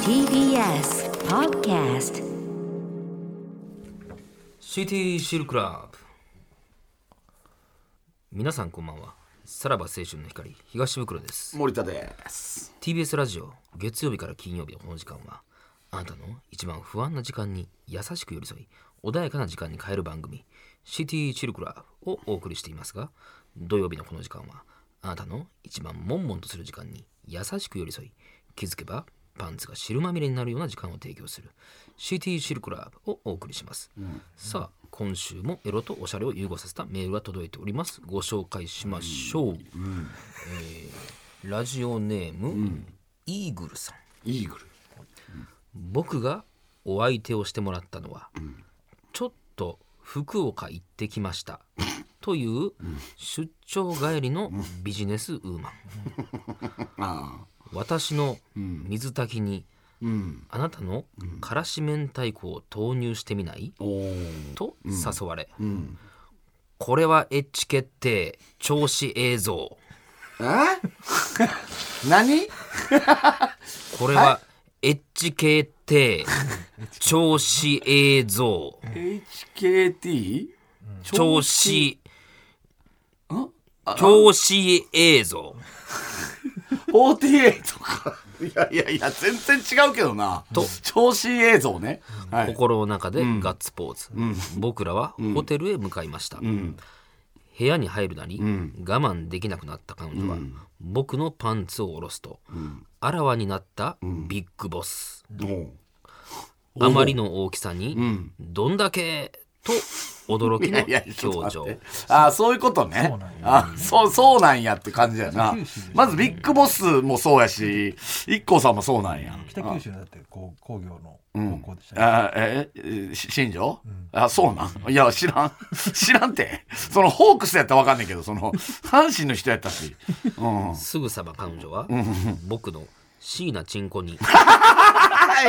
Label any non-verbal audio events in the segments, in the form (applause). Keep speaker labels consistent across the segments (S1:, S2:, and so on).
S1: TBS Podcast
S2: CT シルクラブ皆さんこんばんはさらば青春の光東袋です
S3: 森田です。
S2: TBS ラジオ月曜日から金曜日のこの時間はあなたの一番不安な時間に優しく寄り添い穏やかな時間に変える番組 CT シルクラブをお送りしていますが土曜日のこの時間はあなたの一番悶々とする時間に優しく寄り添い気づけばパンツが汁まみれになるような時間を提供する CT シルクラブをお送りします、さあ今週もエロとおしゃれを融合させたメールが届いておりますご紹介しましょう、えーラジオネーム、イーグルさん
S3: イーグル。
S2: 僕がお相手をしてもらったのは、ちょっと福岡行ってきましたという出張帰りのビジネスウーマン
S3: あ
S2: 私の水炊きにあなたのからし明太子を投入してみない
S3: あ。おお。
S2: と誘われ、これはエッチ決定調子映像
S3: え？ (laughs) 何？
S2: これはエッチ決 (laughs) 定調子映像
S3: HKT？
S2: 調子
S3: ん？
S2: 調子映像
S3: 48とか。 (laughs) いやいやいや全然違うけどな。と調子映像ね。はい。
S2: 心の中でガッツポーズ、僕らはホテルへ向かいました、部屋に入るなり、我慢できなくなった彼女は、僕のパンツを下ろすと、あらわになったビッグボス、
S3: も
S2: あまりの大きさに、どんだけと驚き
S3: (laughs) う。いやいやちょ
S2: の
S3: っと
S2: 表
S3: 待
S2: 情
S3: って。ああそういうことね。あそうそうなんやって感じやな。まずビッグボスもそうやし、一 k さんもそうなんや。
S4: 北九州のだってこう工業の高校でしたね、
S3: あええし新庄、あそうなんいや知らん (laughs) 知らんてそのホークスやったら分かんねんけどその阪神の人やったし、 (laughs) うん、あ
S2: すぐさま彼女は、僕の椎名チンコ
S3: (laughs)
S2: に
S3: え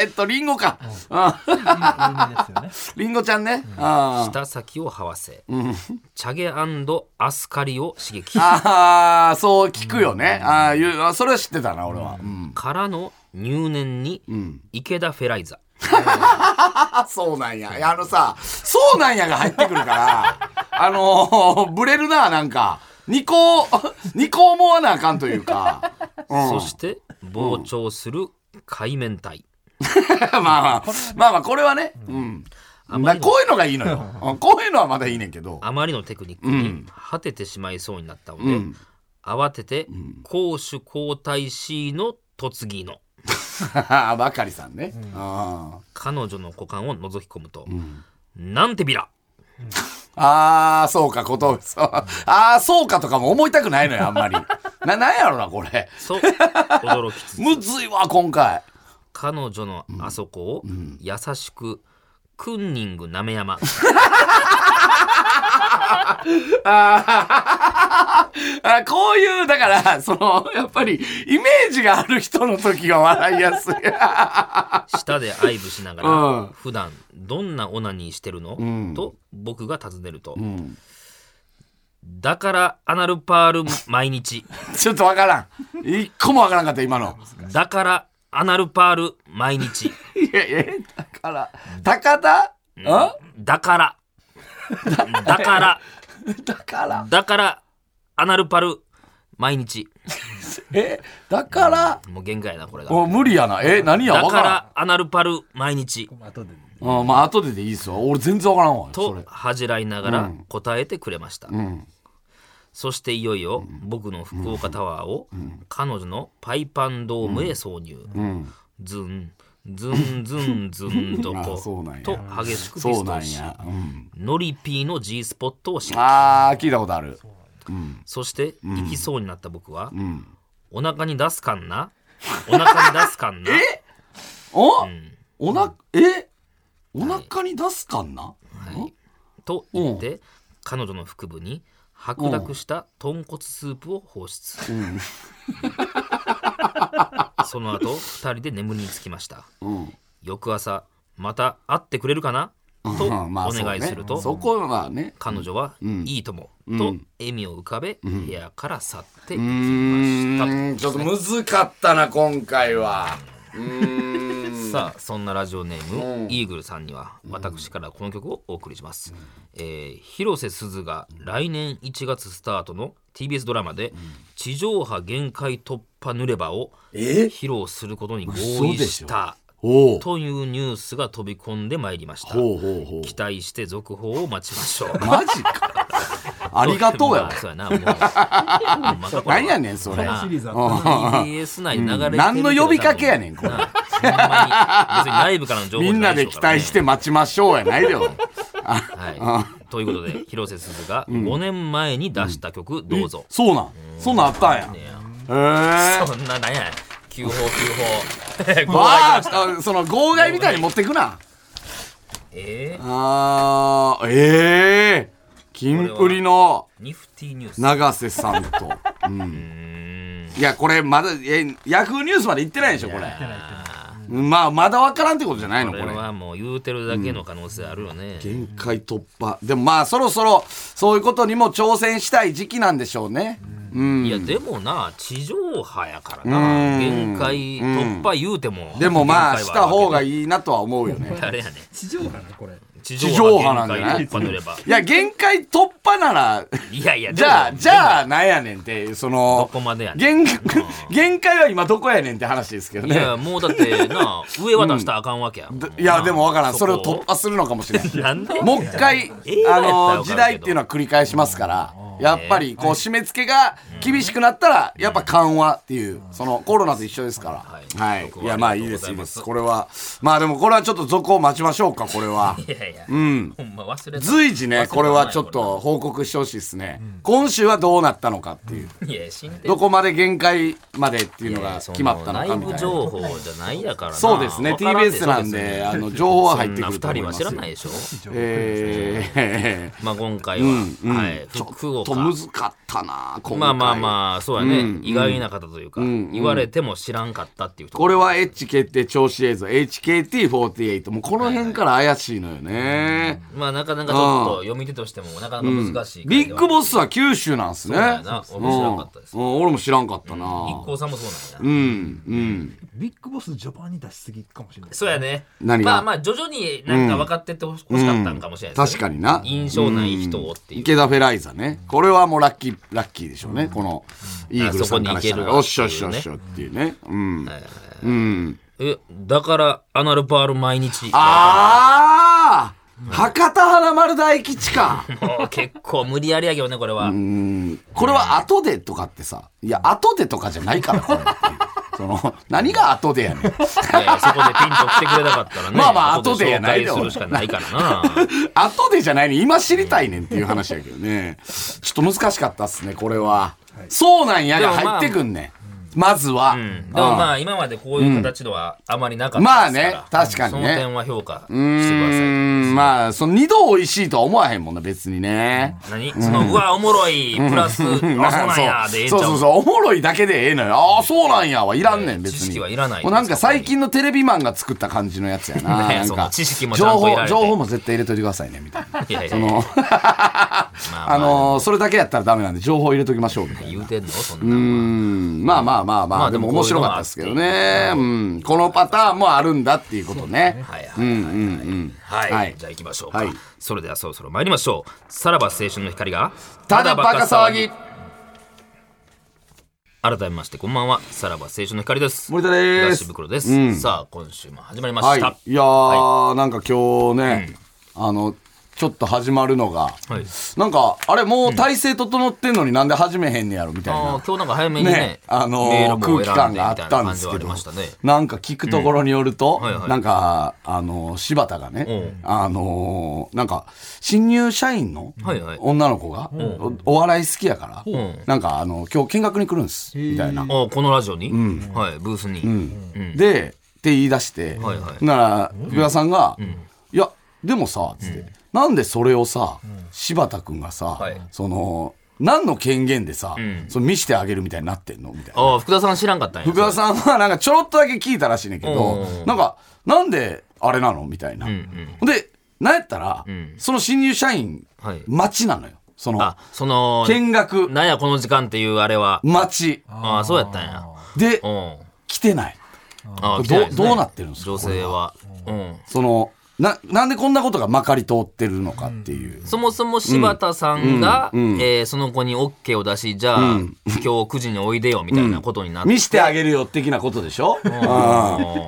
S3: ええっとリンゴか、う
S4: 有名ですよね
S3: (laughs) ん、リンゴちゃんね、あ
S2: 舌先を這わせ、チャゲアスカリを刺激
S3: あーそう聞くよね、ああいうあそれは知ってたな俺は、うん、
S2: からの入念に、池田フェライザ
S3: あそうなんやいやあのさ「そうなんや」が入ってくるからあのー、ブレるななんか二個二個思わなあかんというか、うん、
S2: そして膨張する海綿体、
S3: まあ (laughs) まあ、まあまあ、これはね、うん。まあこういうのがいいの (laughs) よ。うんこういうのはまだいいねんけど。
S2: あまりのテクニックに果ててしまいそうになったので、慌てて攻守交代 C の突ぎの
S3: (laughs) ばかりさんね。あ
S2: 彼女の股間を覗き込むと、なんてビラ
S3: あー、そうか、こと、そうああ、そうかとかも思いたくないのよ、あんまり。な、なんやろな、これ。
S2: と驚きつつ
S3: (laughs) むずいわ、今回。
S2: 彼女のあそこを優しくクンニングなめや
S3: (laughs)
S2: ま
S3: あこういう、だから、その、やっぱり、イメージがある人の時が笑いや (laughs) すい。
S2: 舌で愛撫しながら、
S3: うん
S2: 普段どんなオナニーしてるの、
S3: ん
S2: と僕が尋ねると、
S3: ん
S2: だからアナルパール毎日
S3: ちょっとわからん。一個もわからんかった、今の。
S2: だからアナルパール毎日
S3: いやいや、だから、高田んだ
S2: だからだから
S3: から、
S2: だからアナルパール毎日
S3: え、だから、
S2: もう限界やなこれが
S3: お無理やな。え、何や
S2: だ
S3: わ
S2: か
S3: から
S2: らアナルパール毎日
S4: 後で
S3: ん。うん、まあ、後ででいいっすわ。俺全然わからんわ。そ
S2: と
S3: れ。
S2: 恥じらいながら答えてくれました、
S3: うん。
S2: そしていよいよ僕の福岡タワーを彼女のパイパンドームへ挿入、
S3: うん。
S2: ズンズンズンズンど
S3: (laughs) あ
S2: こ
S3: そうなんや
S2: と激しくピ
S3: そ
S2: スト
S3: うな
S2: ン
S3: ん
S2: し
S3: や。うん。
S2: ノリピーの G スポットをし
S3: あー、聞いたことある。うん。
S2: そして行きそうになった僕は、
S3: うん。
S2: お腹に出すかんなお腹に出すか
S3: (laughs)
S2: んな
S3: お、
S2: ん
S3: おな、えお腹に出すかんな、
S2: はいと言って、彼女の腹部に白濁した豚骨スープを放出、 (laughs) その後2人で眠りにつきました
S3: うん。
S2: 翌朝また会ってくれるかなとお
S3: うんまあそうね
S2: 願いすると、
S3: そこはまあね。
S2: 彼女は、いいともと笑みを浮かべ、部屋から去っていき
S3: う
S2: ました、 (laughs)
S3: ーん、ちょっとむずかったな、今回は。
S2: さあそんなラジオネーム、
S3: うん
S2: イーグルさんには私からこの曲をお送りします、えー広瀬すずが来年1月スタートの TBS ドラマで地上波限界突破ぬればを
S3: え
S2: 披露することに合
S3: 嘘
S2: 意
S3: でし
S2: し
S3: ょ
S2: た
S3: おう
S2: というニュースが飛び込んでまいりました
S3: ほうほうほう
S2: 期待して続報を待ちましょう
S3: (laughs) マジか
S2: (laughs)
S3: ありがとうや
S2: ま
S3: わ
S2: あそうや
S3: (laughs)
S2: なもうほんまかこれは
S3: 何やねんそれ
S4: このシリーズあったな
S2: TBS 内で流れてるけど
S3: 何の呼びかけやねんこれ
S2: なあほんまに別に内部からの情報じ
S3: み
S2: ゃ
S3: ん
S2: な
S3: ない
S2: で
S3: で
S2: しょ
S3: 期
S2: うからね
S3: 待して待ちましょうやないでよ
S2: はい、ということで広瀬すずが5年前に出した曲「どうぞ
S3: そうなんそんなんあったんや」
S2: ね
S3: へえ
S2: そんななんや急報急報
S3: (laughs) わああその号外みたいに持ってくな
S2: え
S3: あーええキンプリの
S2: ー、ニフティニュース
S3: 永瀬さんと、うん、いやこれまだえヤフーニュースまで行ってないでしょこれまあまだ分からんってことじゃないの
S2: こ
S3: こ
S2: れ
S3: れ
S2: はもう言うてるだけの可能性あるよね、
S3: 限界突破でもまあそろそろそういうことにも挑戦したい時期なんでしょうねうん
S2: いやでもな地上波やからな、
S3: うん
S2: 限界突破言うても、
S3: でもまあ
S2: 限
S3: し
S2: 界は
S3: た
S2: るわけ
S3: 方がいいなとは思うよね
S2: 誰やねん
S4: 地上波なこれ。
S2: 地
S3: 地上波なんじゃな
S2: 限
S3: い
S2: 界突破塗れば
S3: いや限界突破なら
S2: いやいや
S3: じゃあじ
S2: あ
S3: ゃあなんやねんってそ
S2: ど
S3: の
S2: こまでやねん
S3: 限 (laughs) 限界は今どこやねんって話ですけど
S2: い
S3: ね
S2: やもうだって
S3: (laughs)
S2: な上は出したらあかんわけや、
S3: でいやでもわからんそれを突
S2: と
S3: 破するのかもしれない
S2: なんで
S3: もう一回、
S2: 映画や
S3: あ
S2: ったらわかるけど
S3: の時代っていうのは繰り返しますから、やっぱりこう締め付けが厳しくなったら、やっぱ緩和っていう、そのコロナと一緒ですから。
S2: は
S3: はいい。
S2: よ
S3: い
S2: く、わかります
S3: や、まあいいです、いいです。これは、まあでもこれはちょっと続報待ちましょうか、これは。
S2: いやいや、
S3: うん。
S2: ほんま忘れた
S3: 随時
S2: 忘れ
S3: ね、
S2: た
S3: これはちょっと報告してほしいですね。今週はどうなったのかっていう。
S2: いや死んで
S3: どこまで限界までっていうの
S2: い
S3: が
S2: やそ
S3: 決まったのか
S2: 内
S3: みた
S2: 部
S3: いな。
S2: 情報じゃないやからな
S3: そうですね、
S2: わからんて
S3: TBS なん
S2: そう
S3: で、
S2: す
S3: あの、情報は入っ
S2: そ
S3: てく
S2: ん
S3: ると
S2: な
S3: 思
S2: 二人は
S3: います
S2: 知
S3: よ。
S2: らないでしょ
S3: えー
S2: まあ今回は、
S3: うん
S2: はい、福
S3: と
S2: 岡
S3: 難かったな今回
S2: まあまあまあそうやね、
S3: うん
S2: 意外な方というか、
S3: ん
S2: 言われても知らんかったっていうと
S3: これ
S2: は
S3: は H 決定調子映像 HKT48 もうこの辺から怪しいのよね、
S2: まあなかなかちょっと読み手としてもなかなか難しい、
S3: ビッグボス
S2: は
S3: は九州なんすね
S2: そうやな俺も知らんかったです
S3: うんうん俺も知らんかったな
S2: 一行さんもそうなんやな、
S3: うんうん
S4: ビッグボス序盤に出しすぎかもしれない。
S2: そうやね
S3: 何が
S2: まあまあ徐々になんか分かってってほし欲しかったんかもしれないですね、
S3: 確かにな
S2: 印象ない人をっていう、
S3: 池田フェライザねこれはもうラッキーラッキーでしょうねこのイーグルさんからした
S2: あそこに行ける
S3: ら
S2: わ
S3: お
S2: っ
S3: って
S2: い
S3: し
S2: う
S3: ょ
S2: ね
S3: っしょっしょっていうねうん、うん、
S2: えだからアナルパール毎日
S3: ああ博多華丸大吉か
S2: もう結構無理やりやけどねこれは、
S3: これは後でとかってさ、いや、後でとかじゃないから、これっていうその、何が後でやねん。
S2: いやいやそこでピンと来てくれなかったらね
S3: (laughs) まあまあ
S2: 後で紹
S3: 後でやな
S2: 介
S3: いです俺
S2: るしかないから
S3: (laughs)
S2: な
S3: 後でじゃないねん今知りたいねんっていう話やけどね。ちょっと難しかったっすね、これは。そうなんやが入ってくんねん。まずは。
S2: うんでもま
S3: あ、
S2: あ今までこういう形のはあまりなかっ
S3: ま
S2: た
S3: あ
S2: ですから、
S3: ね、確か
S2: そ
S3: に
S2: の
S3: ね。
S2: 点は評価してく
S3: う
S2: ださい
S3: ーん、まあ、その二度美味しいとは思わへんもんな、別にね。
S2: 何その、うわおもろいプラス、あそうなんやでええんちゃ
S3: (laughs) そうそうそう
S2: う
S3: そうおもろいだけでええのよああそうなんやはいらんね
S2: うん
S3: ん別に
S2: 知識はいらない
S3: もうなんか最近のテレビマンが作った感じのやつや
S2: (laughs)
S3: な
S2: ね
S3: なん
S2: その
S3: か
S2: 知識もち
S3: 情
S2: ゃんと入れら
S3: 報
S2: れて
S3: 情報も絶対入れといてくださいねみたいな
S2: いやいや (laughs)
S3: その
S2: まあ、まあ
S3: あのーそれだけやったらダメなんで情報入れときましょうみたい
S2: 言
S3: な
S2: うてんのそん
S3: う
S2: な、
S3: んまあまあまあまあ、
S2: まあで
S3: で
S2: も
S3: も面白かったですけどね、うん、このパターンもあるんだっていうことね
S2: はいはい、
S3: うんうんうん
S2: はい、
S3: はい
S2: じゃあ行きましょうか、
S3: はい
S2: それではそろそろ参りましょうさらば青春の光が
S3: ただバカ騒ぎ
S2: 改めましてこんばんはさらば青春の光です
S3: 森田で
S2: 東
S3: す
S2: 袋です、さあ今週も始まりま
S3: は
S2: し
S3: い
S2: た、、
S3: いやー、なんか今日ね、あのちょっと始まるのが、
S2: はい
S3: なんかあれもう体勢整ってんのになんで始めへんねやろみたい
S2: あ
S3: な
S2: ー、今日なんか早めにね
S3: ねあのー
S2: メールも選んで
S3: 空気感があったんで
S2: みいな感
S3: すけど
S2: じはありましたね
S3: なんか聞くところによると、
S2: はいはい
S3: なんかあの柴田がね、あのーなんか新入社員の
S2: はいはい
S3: 女の子が、おお笑い好きやから、
S2: ん
S3: なんかあの今日見学に来るんですみたいな
S2: あ。ーこのラジオに、はいブースに、
S3: で、って言い出して、
S2: はいはい
S3: なら福田さんが「いやでもさ」つって、なんでそれをさ、柴田君がさ、
S2: はい
S3: その何の権限でさ、その見してあげるみたいになってんのみたいな。
S2: ああ福田さん知らんかったんや
S3: 福田さんはなんかちょろっとだけ聞いたらしいねんけ
S2: う
S3: ど
S2: ん、
S3: なんか、なんであれなのみたいな。で、なんやったら、その新入社員
S2: はい、
S3: 待ちなのよ。その
S2: あ、その
S3: 見学、
S2: なんやこの時間っていうあれは
S3: 待ち。
S2: ああそうやったんや
S3: で、
S2: うん
S3: 来てない。
S2: あー来てない
S3: ど
S2: ですね
S3: どうなってるんですか
S2: 女性は、うん、
S3: そのななんでこんなことがまかり通ってるのかっていう、
S2: そもそも柴田さんが、
S3: うんうん
S2: えーその子に OK を出しじゃあ、今日9時においでよみたいなことになって、
S3: 見してあげるよ的なことでしょ、うんじ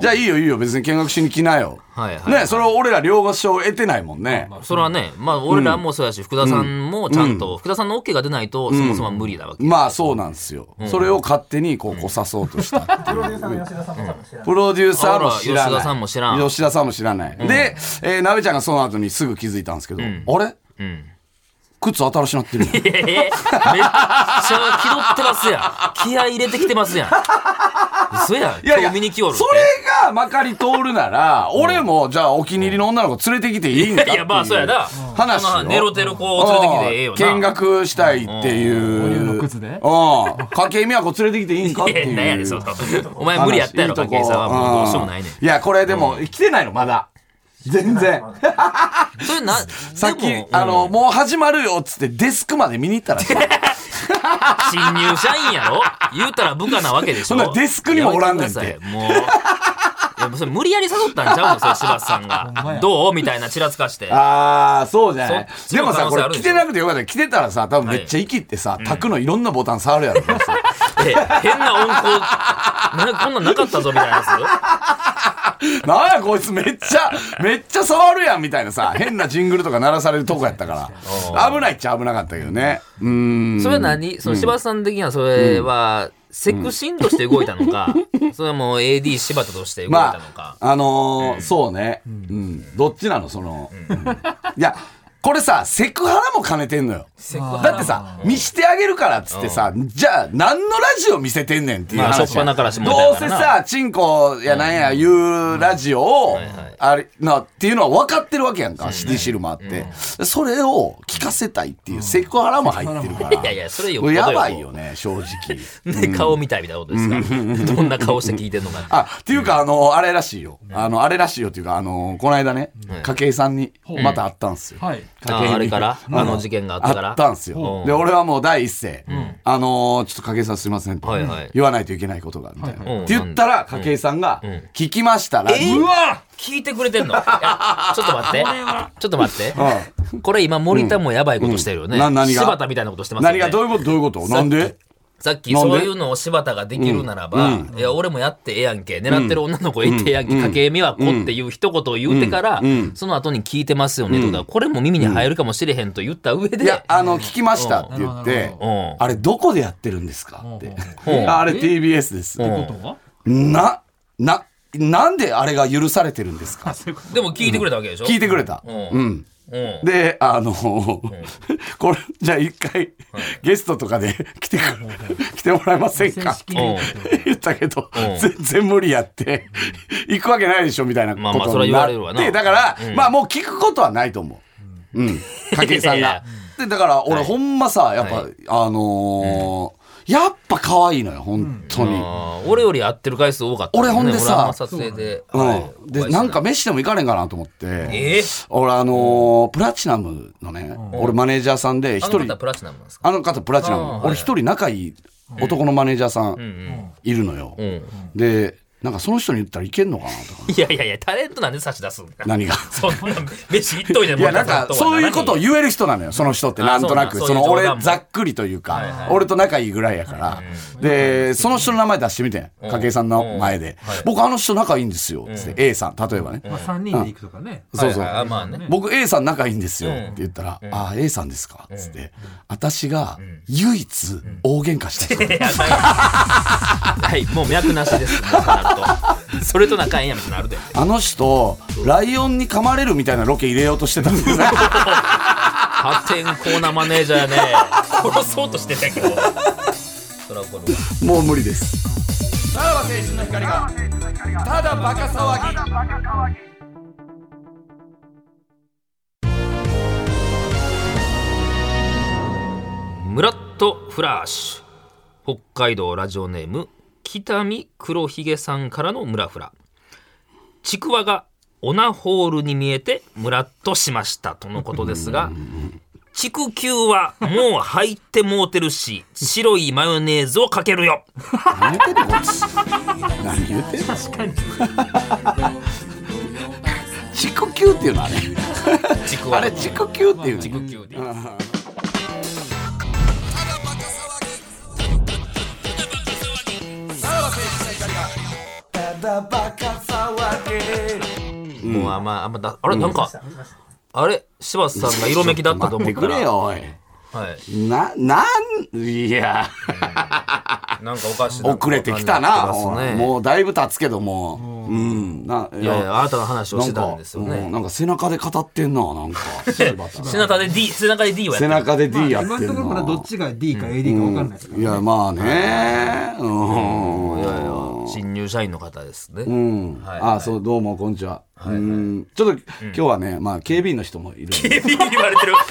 S3: ゃあいいよいいよ別に見学しに来なよ、
S2: はいはいはい
S3: ねそれを俺ら両合を得てないもんね、
S2: それはねまあ俺らもそうやし、福田さんもちゃんと、福田さんの OK が出ないと、そもそも無理なわけ、
S3: まあそうなんですよ、それを勝手にこうこさそうとしたっていうプロデューサーも知らない
S2: あら吉田さんも知らん
S3: 吉田さんも知らない、で、えー、なべちゃんがその後にすぐ気づいたんですけど、あれ
S2: うん
S3: 靴新しなってるやん
S2: えーめっちゃ気取ってますやん気合い入れてきてますやん嘘やん
S3: いやい
S2: 今
S3: や
S2: 日見に来よるって
S3: それがまかり通るなら、俺もじゃあお気に入りの女の子連れてきていいんかってい
S2: いやまあそうやな
S3: 話
S2: まあ
S3: よ
S2: 寝ろてる子を連れてきてええよな
S3: 見学したいっていううん
S4: お湯の靴で
S3: うん筧美和子連れてきていいんかっていう
S2: いや何やねんそのお前無理やったやろ
S3: 話いいとこ
S2: 筧さんはもうどうしようもないねん
S3: いやこれでも来てないのまだ全然
S2: それな
S3: さっき
S2: でも
S3: あの
S2: うん
S3: もう始まるよっつってデスクまで見に行ったらしい
S2: (laughs) 新入社員やろ言うたら部下なわけでしょ
S3: そんなデスクにもおらんねんて
S2: やめくださいもういやもうそれ無理やり誘ったんちゃうのそれ柴田さん
S4: ほんま
S2: が
S4: や
S2: どうみたいなちらつかして
S3: ああそうじゃない
S2: そ
S3: でもさ
S2: その
S3: こ
S2: 可能性あ
S3: れ
S2: るでし
S3: 来
S2: ょ
S3: てなくてよかった来てたらさ多分めっちゃ息ってさ卓のいろんなボタン触るやろこれさ
S2: え変な温厚なこんなんなかったぞみたいなやつ
S3: (laughs) なんやこいつめっちゃめっちゃ触るやんみたいなさ変なジングルとか鳴らされるとこやったから危ないっちゃ危なかったけどねうん
S2: それは何その柴田さん的にはそれは、セクシンとして動いたのか、 (laughs) それはもう AD 柴田として動いたのか
S3: まあ、、あのーそうね、うんどっちなのその、うんいやこれさセクハラも兼ねてんのよだってさ見してあげるからっつってさ、じゃあ何のラジオ見せてんねんっていう話や、
S2: まあ初っ端から下ネタや
S3: どう
S2: から
S3: せ
S2: な
S3: さチンコやなんやいうラジオを、
S2: いはい
S3: あれなっていうのは分かってるわけやんか、シティシルマって、それを聞かせたいっていうセクハラも入ってるから、
S2: いやいやそれよっぽ
S3: こ
S2: ど
S3: れ
S2: よ
S3: やばいよね正直。
S2: で顔みたいみたいなことですか、どんな顔して聞いてんのか
S3: あ、っていうか、あの、あれらしいよ。あの、あれらしいよっていうか、あの、この間ね、筧さんにまた会ったんすよ。
S4: はい。
S3: 筧に
S2: ああれからあの事件があったから
S3: あったんす
S2: う
S3: よ
S2: ん。
S3: で、俺はもう第一声、あの、ちょっと筧さんすいませんって
S2: はいはい
S3: 言わないといけないことが、みたい
S2: はい
S3: な。って言ったら、筧さんが、聞きましたら、うわ
S2: わ聞いてくれ
S3: (laughs)
S2: てんのいやちょっと待ってちょっと待ってこれ今森田もやばいことしてるよね、
S3: うんうんな何が
S2: 柴田みたいなことしてますよ
S3: 何
S2: ね
S3: がどういうことどういうことなんで
S2: さっき
S3: なん
S2: そ
S3: で
S2: ういうのを柴田ができるならば、いや俺もやってええやんけ狙ってる女の子いてええやんけ、家計美和子っていう一言を言うてから、その後に聞いてますよねとか、これも耳に入るかもしれへんと言った上で、
S3: いや、あの、聞きましたって言っ
S4: なる
S3: て
S4: ほ、
S2: うん
S3: あれどこでやってるんですかって。あれ TBS です。
S2: うん
S4: ことは
S3: な、な、なんであれが許されてるんですか
S2: でも聞いてくれたわけでしょ、
S3: 聞いてくれた。
S2: うん
S3: う
S2: う
S3: ん。
S2: ん
S3: で、あのこれ、じゃあ一回、ゲストとかで (laughs) 来てく、来てもらえませんかって
S2: うん
S3: 言ったけど
S2: うん、
S3: 全然無理やって、行くわけないでしょみたいな
S2: まあまあ
S3: こ
S2: そ
S3: と
S2: れは
S3: に
S2: 言
S3: な
S2: わ
S3: っ
S2: れるわな
S3: て、だから、まあもう聞くことはないと思う。うん。筧さ
S2: いや
S3: ん
S2: いや
S3: が。で、だから
S2: は
S3: 俺
S2: い
S3: ほんまさ、やっぱ
S2: は、
S3: あのー、やっぱ可愛いのよ、本当に。
S2: あー俺より会ってる回数多かった、
S3: 俺ほんでさ
S2: 俺あま撮影で、はい
S3: うん、でなんか飯でも行かねえかなと思って、
S2: えー
S3: 俺あのープラチナムのね、俺マネージャーさんで一
S2: あの
S3: 人
S2: 方プラチナムなんですか
S3: あの方プラチナム
S2: あーはい
S3: 俺一人仲いい男のマネージャーさ
S2: うんん
S3: いるのよ、
S2: うんうん
S3: でなんかその人に言ったらいけんのかなと
S2: (laughs)
S3: か
S2: いやいやいやタレントなんで差し出すんだ
S3: 何が
S2: そんな飯行っといて
S3: いやなんかそういうことを
S2: 言
S3: 言える人なのよその人って
S2: あー
S3: なんとなく
S2: そう
S3: そ
S2: なん
S3: の
S2: そういう冗
S3: 俺
S2: 談も
S3: ざっくりという
S2: はいは
S3: か
S2: い
S3: 俺と仲いいぐらいやからでその人の名前出してみて
S2: ん
S3: 筧さんの前で
S2: はい
S3: 僕あの人仲いいんですよつって A さん例えばね
S4: まあ三人で行くとかね。
S3: そうそう
S2: あまあね
S3: 僕 A さん仲いいんですよ」
S2: うん
S3: って言ったら「ああ A さんですか」っつって、私が唯一大喧嘩した人、
S2: いやないはいもう脈なし (laughs) ですもうそうなるとそれと仲ええやんってなるで
S3: あの人ライオンに噛まれるみたいなロケ入れようとしてたんです (laughs) よ
S2: 発展コーナーマネージャーやね殺そうとしてたけどそら怒るわ
S3: もう無理ですさらば青春の光がただバカ騒ぎ
S2: ムラッとフラッシュ北海道ラジオネーム北見黒ひげさんからのムラフラちくわがオナホールに見えてムラッとしましたとのことですが畜球はもう入ってもうてるし白いマヨネーズをかけるよ
S3: 何言ってんのこいつ何言ってんの
S4: 確かに
S3: 畜球っていうのあれ
S2: 畜は
S3: あれ畜球っていうの
S2: 畜球でもうあんまあんまだあれなんかあれ柴田さんが色めきだったと思った
S3: 待ってくれ
S2: ら
S3: よおい
S2: はい
S3: な、なん、いや、
S2: なんかおかしいな
S3: 遅れてきたな。
S2: 感じにってますね
S3: もうだいぶ経つけども。うん、な、い
S2: いやいやあなたの話をしてたんですよ
S3: うん
S2: ね
S3: なんか背中で語ってんな、なんか。
S2: 背中で D 背中で D をやって
S3: 背
S2: る
S3: 中で D やって
S4: 今
S3: ん
S4: のところまだど
S3: な
S4: っ。ちが D か AD か分かんないですか
S3: いや、まあね。うん。いやいや。
S2: 新入社員の方ですね、
S3: うん。
S2: はい
S3: あ、そう、どうも、こんにちは。うん。ちょっと、今日はね、まあ、警備員の人もいるんで。
S2: 警備員に言われてる (laughs)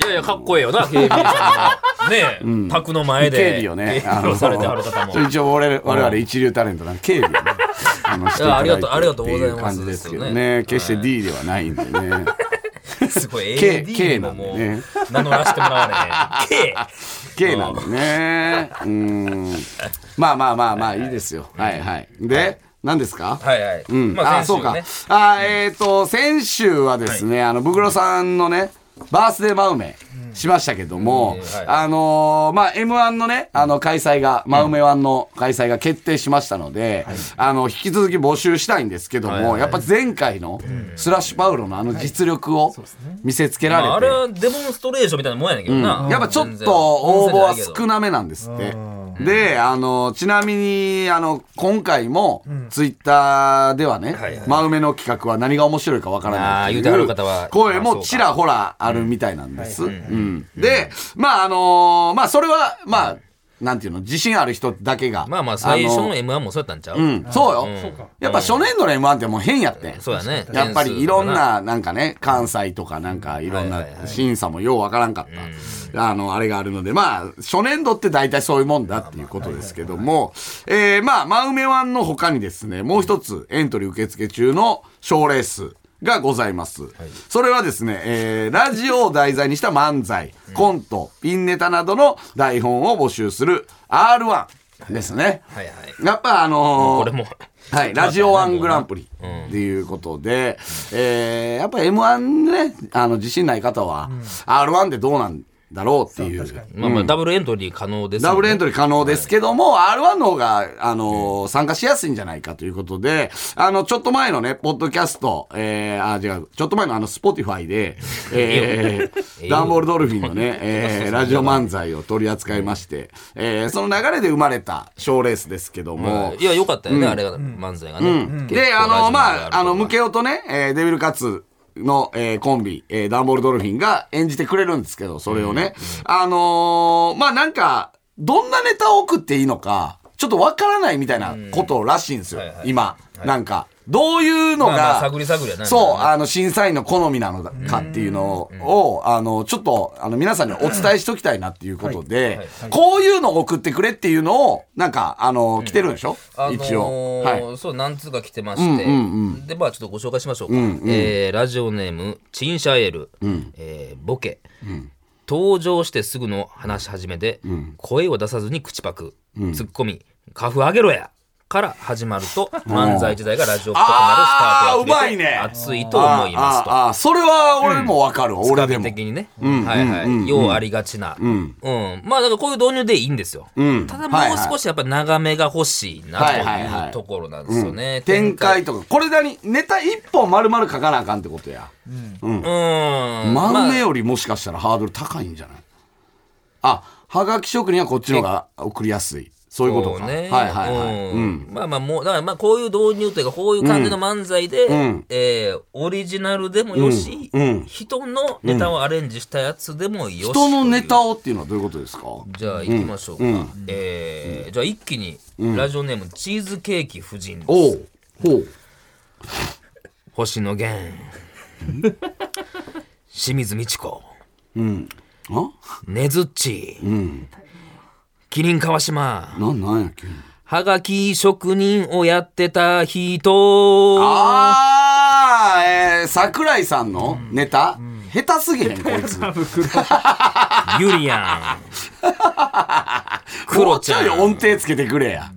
S2: いやいやかっこええよな警備員さんもねえ、宅の前で
S3: 警備をね。
S2: 警備をされてはる方も
S3: あの一応、我々我々一流タレントなんで、警備をね。あのしていた
S2: あ
S3: だいて
S2: りがとうありがとうございます
S3: って感じですけど
S2: ですよ
S3: ね。
S2: ね
S3: 決して D ではないんでね。
S2: すごい
S3: K-
S2: AD
S3: K
S2: に
S3: な
S2: も
S3: ん
S2: も
S3: で
S2: う
S3: ね
S2: 名乗らせてもらわれへん K
S3: K なんでね。うん。まあまあまあまあ、いいですよ。はいはい。で、何ですか
S2: はいはい、
S3: うん。
S2: まあ
S3: あ、
S2: 先週
S3: そう
S2: ね
S3: か。あ、えっと、先週はですね、あの、ブクロさんのね、バースデー真梅しましたけど
S2: う
S3: も
S2: んは、い
S3: あのー、まあ、M1 のね、あの、開催が、真梅1の開催が決定しましたので、あの、引き続き募集したいんですけど
S2: はいは
S3: も、
S2: い
S3: やっぱ前回のスラッシュパウロのあの実力を見せつけ
S2: ま
S3: られて。
S2: あ、あれはデモンストレーションみたいなもんやねんけどな、
S3: やっぱちょっと応募は少なめなんですって。で、あの、ちなみに、あの、今回も、ツイッターではね、
S2: はいはい
S3: 真梅の企画は何が面白いかわからないって
S2: あー言うては
S3: いう
S2: る方は
S3: 声もちらほらあるみたいなんです。うんで、まあ、あのーまあ、それは、まあ、なんていうの、自信ある人だけが。
S2: まあまあ最初
S3: あ
S2: の
S3: の
S2: M1 もそうやったんちゃう、
S3: うん、そうよ。
S2: そうか
S3: やっぱ初年度の M1 ってもう変やって。
S2: そうやね
S3: やっぱりいろん
S2: 点数とか
S3: な、なんかね、関西とかなんかいろん
S2: はいはいは
S3: ない審査もようわからんかった、あの、あれがあるので、まあ、初年度って大体そういうもんだっていうことですけども、えーまあ、真梅湾の他にですね、もう一つエントリー受付中の賞レース、がございます、それはですね、えーラジオを題材にした漫才、コント、ピンネタなどの台本を募集する R1 ですね。
S2: はいはい
S3: やっぱあの
S2: こ
S3: ー
S2: れも
S3: はい、ラジオワングランプリっていうことで、えーやっぱ M1 ね、あの、自信ない方は、R1 でどうなんだろうっていう。
S2: まあまあダブルエントリー可能ですもんね
S3: ダブルエントリー可能ですけども、R1 の方が、あのー参加しやすいんじゃないかということで、あの、ちょっと前のね、ポッドキャスト、えー、あ、違う、ちょっと前のあの、スポティファイで、え
S2: え
S3: ー、
S2: よ
S3: ダンボールドルフィンのね、えー、ラジオ漫才を取り扱いまして、えー、その流れで生まれた賞レースですけども、
S2: いやよかったよね、あれが漫才がね、結構
S3: で、あの、まあ、あ
S2: ラ
S3: の、
S2: ジオ
S3: ムケオとね、えーデビルカツの、えーコンビ、えーダンボールドルフィンが演じてくれるんですけど、それをね。あのーまあなんか、どんなネタを送っていいのか、ちょっとわからないみたいなことらしいんですよ、
S2: うんはいはい
S3: 今。なんか、どういうのが、
S2: まあまあ探り探りやな
S3: そう、
S2: みたいな
S3: あの、審査員の好みなのかっていうのを、あの、ちょっと、あの、皆さんにお伝えしときたいなっていうことで、こういうのを送ってくれっていうのを、なんか、あの、来てるんでしょ、
S2: あのー
S3: 一応。はい。
S2: そう何通か来てまして、でまあちょっとご紹介しましょうか、えーラジオネームチンシャエル、えーボケ、登場してすぐの話し始めで、声を出さずに口パク、ツッコミ「カフ上げろや!」から始まると
S3: (laughs)
S2: 漫才時代がラジオっぽくなるスタートを切れて
S3: あーうまいね
S2: 熱いと思いますと
S3: あ。ああそれは俺もわかるわ、俺でも
S2: 的にね、はいはい、ようありがちな、うん、まあだからこういう導入でいいんですよ。ただも
S3: はいはいう
S2: 少しやっぱ長めが欲しいなと
S3: はいはいはい
S2: いうところなんですよね。
S3: 展開とかこれだにネタ一本丸々書かなあかんってことや、
S2: 展開。うん。
S3: 真
S2: ま
S3: 梅よりもしかしたらハードル高いんじゃないあはがき職人はこっちの方が送りやすいそういうこと
S2: そう
S3: か、
S2: ね、
S3: はいはいはい、
S2: うんまあまあもうだからまあこういう導入というかこういう感じの漫才で、えーオリジナルでもよし、人のネタをアレンジしたやつでもよしという
S3: 人のネタをっていうのはどういうことですか
S2: じゃあ行きましょうか、えーじゃあ一気にラジオネームチーズケーキ夫人です、
S3: おうほう
S2: 星野源
S3: (laughs)
S2: 清水美智子
S3: あ
S2: ねずっち、麒麟川島
S3: なんなんやっけ
S2: はがき職人をやってた人
S3: ああ、えー、桜井さんのネタ、下手すぎへんこいつ
S2: ユリアン
S3: (laughs)
S2: ク
S3: も
S2: ロ
S3: うち
S2: ち
S3: ょ
S2: ゃ
S3: い音
S2: ん
S3: 程つけてくれや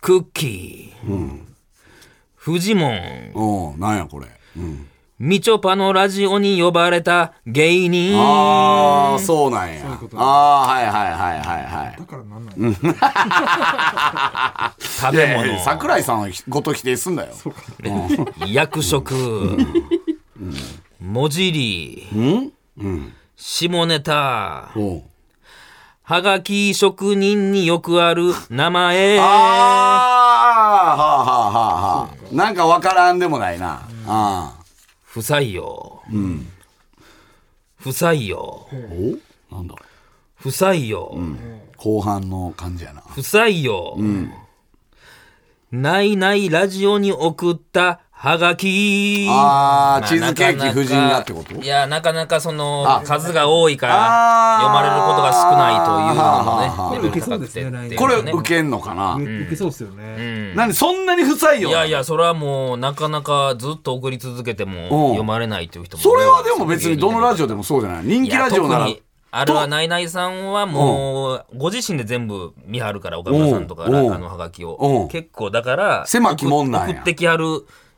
S2: クッキー、フジモン
S3: おうなんやこれ、うん、
S2: みちょぱのラジオに呼ばれた芸人
S3: ああそうなんやああはいはいはいはいはい
S4: だからなんなん
S2: 食
S3: い
S2: べ
S3: やい
S2: 物
S3: や桜井さんをごと否定すんだよ
S2: 役職、もじり、
S3: ん
S2: 下ネタ、
S3: おう
S2: はがき職人によくある名前、
S3: ああはあはあはあはあなんかわからんでもないな、ああ
S2: 不採用、不採用、
S3: おなんだ
S2: 不採用、
S3: 後半の感じやな
S2: 不採用、ないないラジオに送ったはがき。
S3: あ
S2: ま
S3: あ
S2: あ
S3: チーズケーキ夫人がってこ
S2: なか
S3: と
S2: なかいやなかなかその
S3: あ
S2: 数が多いから
S3: あー
S2: 読まれることが
S3: は
S2: 少
S3: あはあはあ
S2: ないというのもねレベル
S4: これ受けそう
S2: 高く
S4: です
S2: て
S4: ね
S2: っていうね
S3: これ受けんのかな、
S4: いけそうっすよね。
S3: 何そんなに不採用
S2: いやいやそれはもうなかなかずっと送り続けて
S3: うん
S2: も読まれないという人も
S3: それはでも別にどのラジオでもそうじゃない人
S2: オ
S3: 気ラジオなら
S2: あれはナイナイさんはもうご自身で全部見張るから岡村さんとか
S3: うん
S2: らあ
S3: うん
S2: のハガキ
S3: う
S2: を
S3: ん
S2: 結構だから
S3: 狭き門なんや
S2: 送ってきはる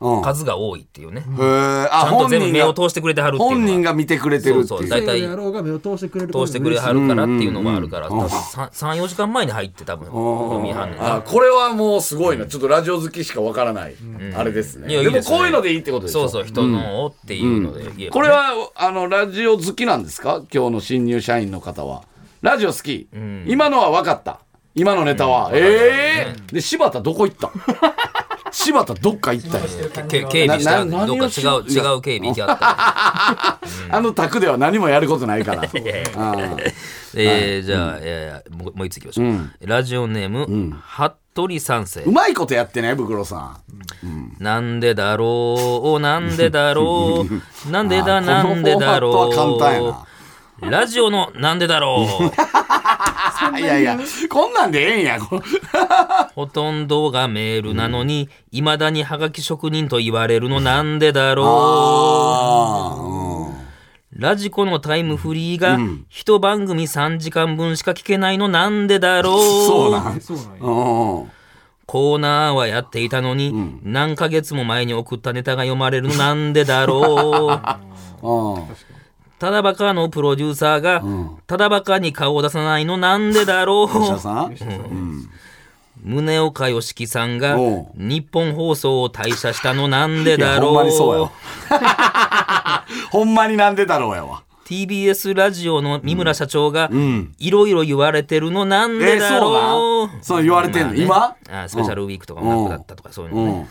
S3: うん
S2: 数が多いっていうねち
S3: へえあ
S2: ゃんと
S3: 本
S2: 全部
S3: 人
S2: 目を通
S3: が
S2: してくれてはるっていうのが
S3: 本人が見てくれてるって
S2: そう
S3: い
S2: そう大
S3: う
S4: そう
S2: 体
S4: やろうが目を通してくれるこ
S2: 通
S4: とも
S2: してくれはるからっていうのもあるから、多分さ三34時間前に入って多分読みはんねんな
S3: あこれはもうすごいなちょっとラジオ好きしかわからない、あれですね
S2: いやいい
S3: で
S2: です
S3: も
S2: ね
S3: こういうのでいいってことでしょ
S2: そうそう人のをっていうので言えばね、
S3: これはあのラジオ好きなんですか今日の新入社員の方はラジオ好き、今のは分かった今のネタは、ええーで柴田どこ行った柴田どっか行ったよ、
S2: け警備したんで
S3: なな
S2: どっか違
S3: 何を
S2: う
S3: し
S2: 違う警備行きあった、
S3: あの宅では何もやることないからあー
S2: えー、じゃあ、えーもうもう一ついきましょう、ラジオネーム、服部三世
S3: うまいことやってねブクロさん
S2: なんでだろうなんでだろ
S3: (laughs)
S2: うなんでだ
S3: あー
S2: な
S3: この
S2: んでだろ
S3: フォーマットは簡単やな
S2: うラジオのなんでだろ
S3: (laughs)
S2: う
S3: あいやいやこんなんでええんやこの
S2: ほとんどがメールなのに、いまだにハガキ職人と言われる
S3: (laughs)
S2: のなんでだろ
S3: あー、うん
S2: う。ラジコのタイムフリーが、一番組3時間分しか聞けないのなんでだろう。
S3: そうなん
S4: そうなんや。
S3: うん
S2: コーナーはやっていたのに、何ヶ月も前に送ったネタが読まれるのなんでだろ
S3: (laughs)
S2: う。
S3: うん
S2: ただバカのプロデューサーが、ただバカに顔を出さないのなんでだろ
S3: 吉田
S2: う。
S3: さん
S2: 宗岡良樹さんが
S3: おう、
S2: 日本放送を退社したのなんで
S3: いや
S2: だろう。
S3: ほんまにそうやわ (laughs) ほんまになんでだろうやわ
S2: TBS ラジオの三村社長がいろいろ言われてるのなんでだろう,、
S3: えーそうなんそう言われてんの今
S2: あースペシャルウィークとかもなくなったとかそういうのね、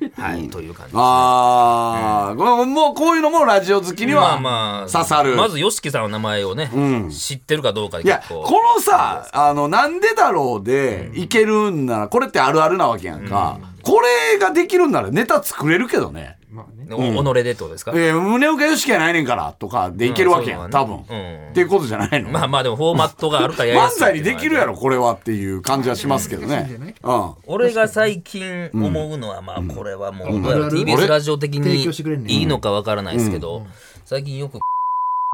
S2: うんはいという感じです
S3: ああ、これもうこういうのもラジオ好きに
S2: まあ
S3: は
S2: まあ
S3: 刺さる。
S2: まず YOSHIKI さんの名前をね、知ってるかどうかで
S3: いや
S2: 結、構
S3: このさ、あの、なんでだろうで、いけるんなら、これってあるあるなわけやんか。これができるんならネタ作れるけどね。
S4: まあね。
S2: お己でってことですか、
S3: えー、胸岡よしきやないねんから、とかでいけるわけや、
S2: うんん
S3: 多
S2: そういうの
S3: 分
S2: はね。うん
S3: っていうことじゃないの。
S2: まあまあでもフォーマットがあるからやり
S3: 漫
S2: やすい
S3: 才にできるや
S2: ろ
S3: ろ、これはっていう感じはしますけどね。うん。
S2: 俺が最近思うのは、まあこれはもう、どうやら
S4: うん
S2: TBS ラジオ的
S4: 提
S2: に
S4: 供してくれんねん
S2: いいのかわからないですけど、最近よく、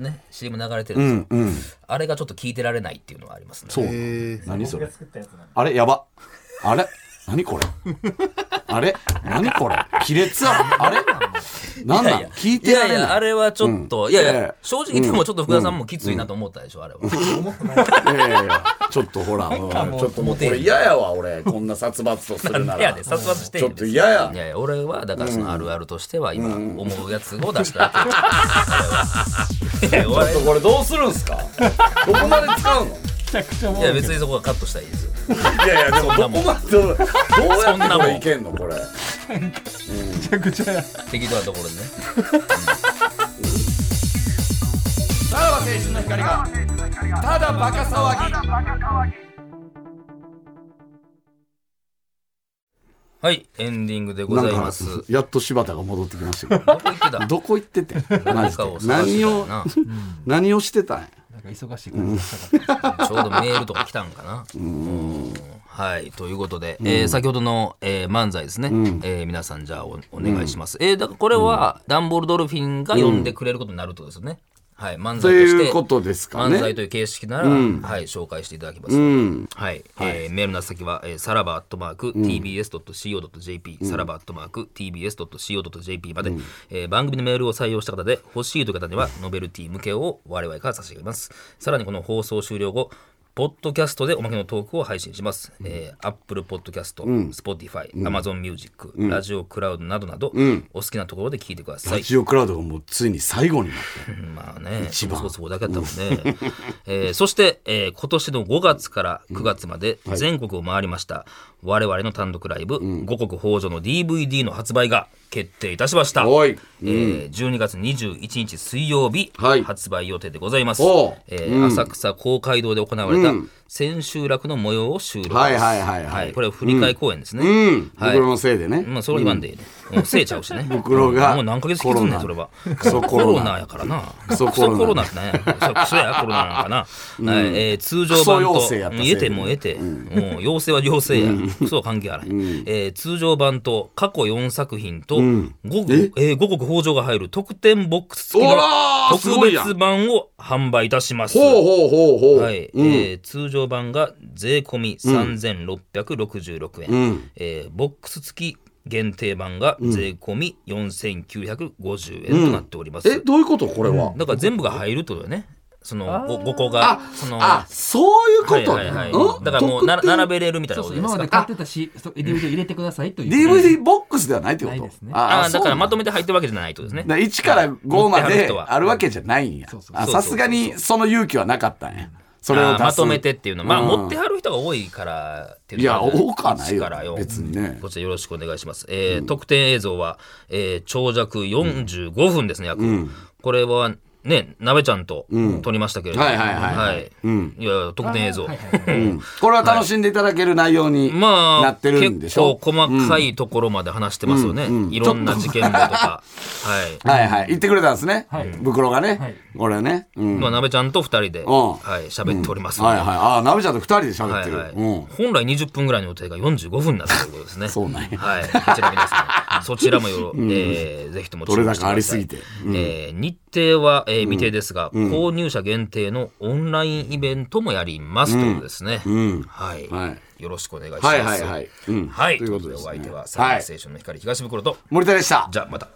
S2: ね CM 流れてるん
S3: う
S2: ですよ、
S3: ん、うん。
S2: あれがちょっと聞いてられないっていうのはありますね。
S3: そう。
S4: えー
S3: 何それあれやばあれ何これあれ何これ亀裂あるあれ何なん聞いてら
S2: や
S3: れ
S2: い
S3: ない
S2: や、あれはちょっと、
S3: うん
S2: いやい
S3: え
S2: や
S3: え、
S2: 正直でもちょっと福田さんもきついなと思ったでしょ、あれは。
S3: いやいやいやちょっとほら、うんちょっともうこれ嫌やわ俺こんな殺伐とする
S2: な
S3: な
S2: んでや
S3: ら
S2: ねん殺伐してん
S3: ち
S2: ね
S3: ょ
S2: ん
S3: っと嫌
S2: (laughs)
S3: や
S2: いやいや、俺は、だからそのあるあるとしては、今、思うやつを出しただけ。 (laughs) あれはいやお
S3: ち
S2: 笑
S3: ょっとこれどうするんすかどこまで使う
S2: い
S3: の
S2: いや、別にそこはカットしたらいいですよ。
S3: いやいやでもどこまでどうや
S2: そ
S3: っ
S2: ん
S3: て
S2: な
S3: こ
S2: もん
S3: れいけんのこれ
S2: 適当なところでね。
S3: さらば青春の光がただバカ騒ぎ
S2: はい、エンディングでございます。ど
S3: やっと柴田が戻ってきましたけど
S2: こ行ってた
S3: どこ行っててマ
S2: 何
S3: ジで
S2: かを探して
S3: 何
S2: た
S3: を
S2: よ (laughs) な。
S3: 何をしてたんや
S4: なんか忙しい感じ。
S2: ちょうどメールとか来たんかな。うんはいということで、えー先ほどの、えー漫才ですね、えー皆さんじゃあおお願いします、えーだからこれは、ダンボールドルフィンが呼んでくれることになるってことですよね、はい漫才と
S5: と
S2: して
S5: いうことですか
S2: 漫才
S5: ね。
S2: という形式なら、はい、紹介していただきます。
S5: うん。
S2: はい、えーメールの宛先は、えー、さらばアットマーク tbs.co.jp、さらばアットマーク tbs.co.jp まで、えー番組のメールを採用した方で欲しいという方にはノベルティ向けを我々から差し上げますさらにこの放送終了後ポッドキャストでおまけのトークを配信します。えー、Apple Podcast、Spotify、Amazon Music、ラジオクラウドなどなど、お好きなところで聞いてください
S5: ラ。ジオクラウドがもうついに最後になった。
S2: まあね、
S5: 一番
S2: そうそうだけだったもんね。えーそして、えー今年の5月から9月まで全国を回りました、我々の単独ライブ、五穀豊穣の DVD の発売が決定いたしました。
S5: おい
S2: えー12月21日水曜日、
S5: はい
S2: 発売予定でございます。
S5: おう
S2: えー浅草公会堂で行われた千秋楽の模様を収録です。
S5: はいはいはいはい
S2: これは振り替え公演ですね。
S5: うん。
S2: はい
S5: 袋のせいでね。
S2: まあ、それは言わんでいいね。もうせいちゃうしね。
S5: (laughs) 袋が
S2: もう何ヶ月引きずんねん、そ
S5: コ
S2: れ
S5: ロ
S2: は。 (laughs)
S5: クソコロナ
S2: やからな。
S5: クソコロナ
S2: クソコロナってね。そクソや、コロナなんかな。はいえー通常
S5: クソ
S2: 版
S5: 陽
S2: と、
S5: 性やったせいで
S2: 得ても得て、もう陽性は陽性や。クソは関係あらへん。えー通常版と過去4作品と、五穀えー五穀豊穣が入る特典ボックス付き
S5: お
S2: の
S5: らーす
S2: 特
S5: ごいやん
S2: 別版を販売いたします。
S5: ほうほうほうほう。
S2: はいえー通常版が税込み3666円、えーボックス付き限定版が税込み4950円となっております、
S5: え、どういうことこれは。
S2: だから全部が入るってことだよねその 5, 個が
S5: あ
S2: その、
S5: あ、そういうこと
S2: はい
S5: ね
S2: はいはい
S5: うん
S2: だからもうな
S5: 特典
S2: 並べれるみたい
S4: そ
S2: な
S4: う
S2: ことです
S4: そう、今ま
S2: か
S4: で買ってたし、そう DVD 入れてくださいという。
S5: DVD ボックスではないってこと
S4: ないですね
S2: ああ
S5: そ
S2: だ
S5: う
S2: から
S5: なん
S2: まとめて入ってるわけじゃないってことですね
S5: だ1から5まであるわけじゃないんや
S4: そうそう
S5: あ
S2: そうそう
S5: さすがにその勇気はなかったんやそれを
S2: あ
S5: 出
S2: ー
S5: す
S2: まとめてっていうのまあ
S5: うん
S2: 持ってはる人が多いからっていう
S5: いや
S2: のが
S5: 多くはない
S2: 一から
S5: よ
S2: 四
S5: 別にね
S2: こちらよろしくお願いします。えー特典映像は、えー長尺45分ですね、約。これは、ね、なべちゃんと撮りましたけれども、
S5: はいはいはいはい
S2: いいや、特典映像。
S4: はいはいは
S5: うんこれは楽しんでいただける内容に
S2: まあ、
S5: なってるんでしょ、
S2: 結構細かいところまで話してますよね。いろんな事件簿とか。はい。
S5: はいはい言ってくれたんですね、
S4: はい
S5: 袋がね、
S4: はい
S5: これね、うん
S2: 今、なべちゃんと二人で、
S5: ん
S2: はい、喋っておりますの
S5: は
S2: で
S5: いはいああなべちゃんと2人で喋っ
S2: はい
S5: てる、
S2: はい
S5: うん
S2: 本来20分ぐらいの予定が45分になったということですね。
S5: そうなんや
S2: はい。こちら皆
S5: (laughs)
S2: さん、そちらもよろ、えーぜひとも注目してください
S5: どれだけありすぎて
S2: えー日程は、えー未定ですが、購入者限定のオンラインイベントもやりますということですね。はい、
S5: は
S2: よろしくお願いします。
S5: はいはいはいうん
S2: はい。と
S5: とい
S2: いうう
S5: こ
S2: ことと
S5: で
S2: です
S5: ね
S2: お相手は、サンデーステーションの光東袋と、
S5: 森田でした
S2: じゃあまた。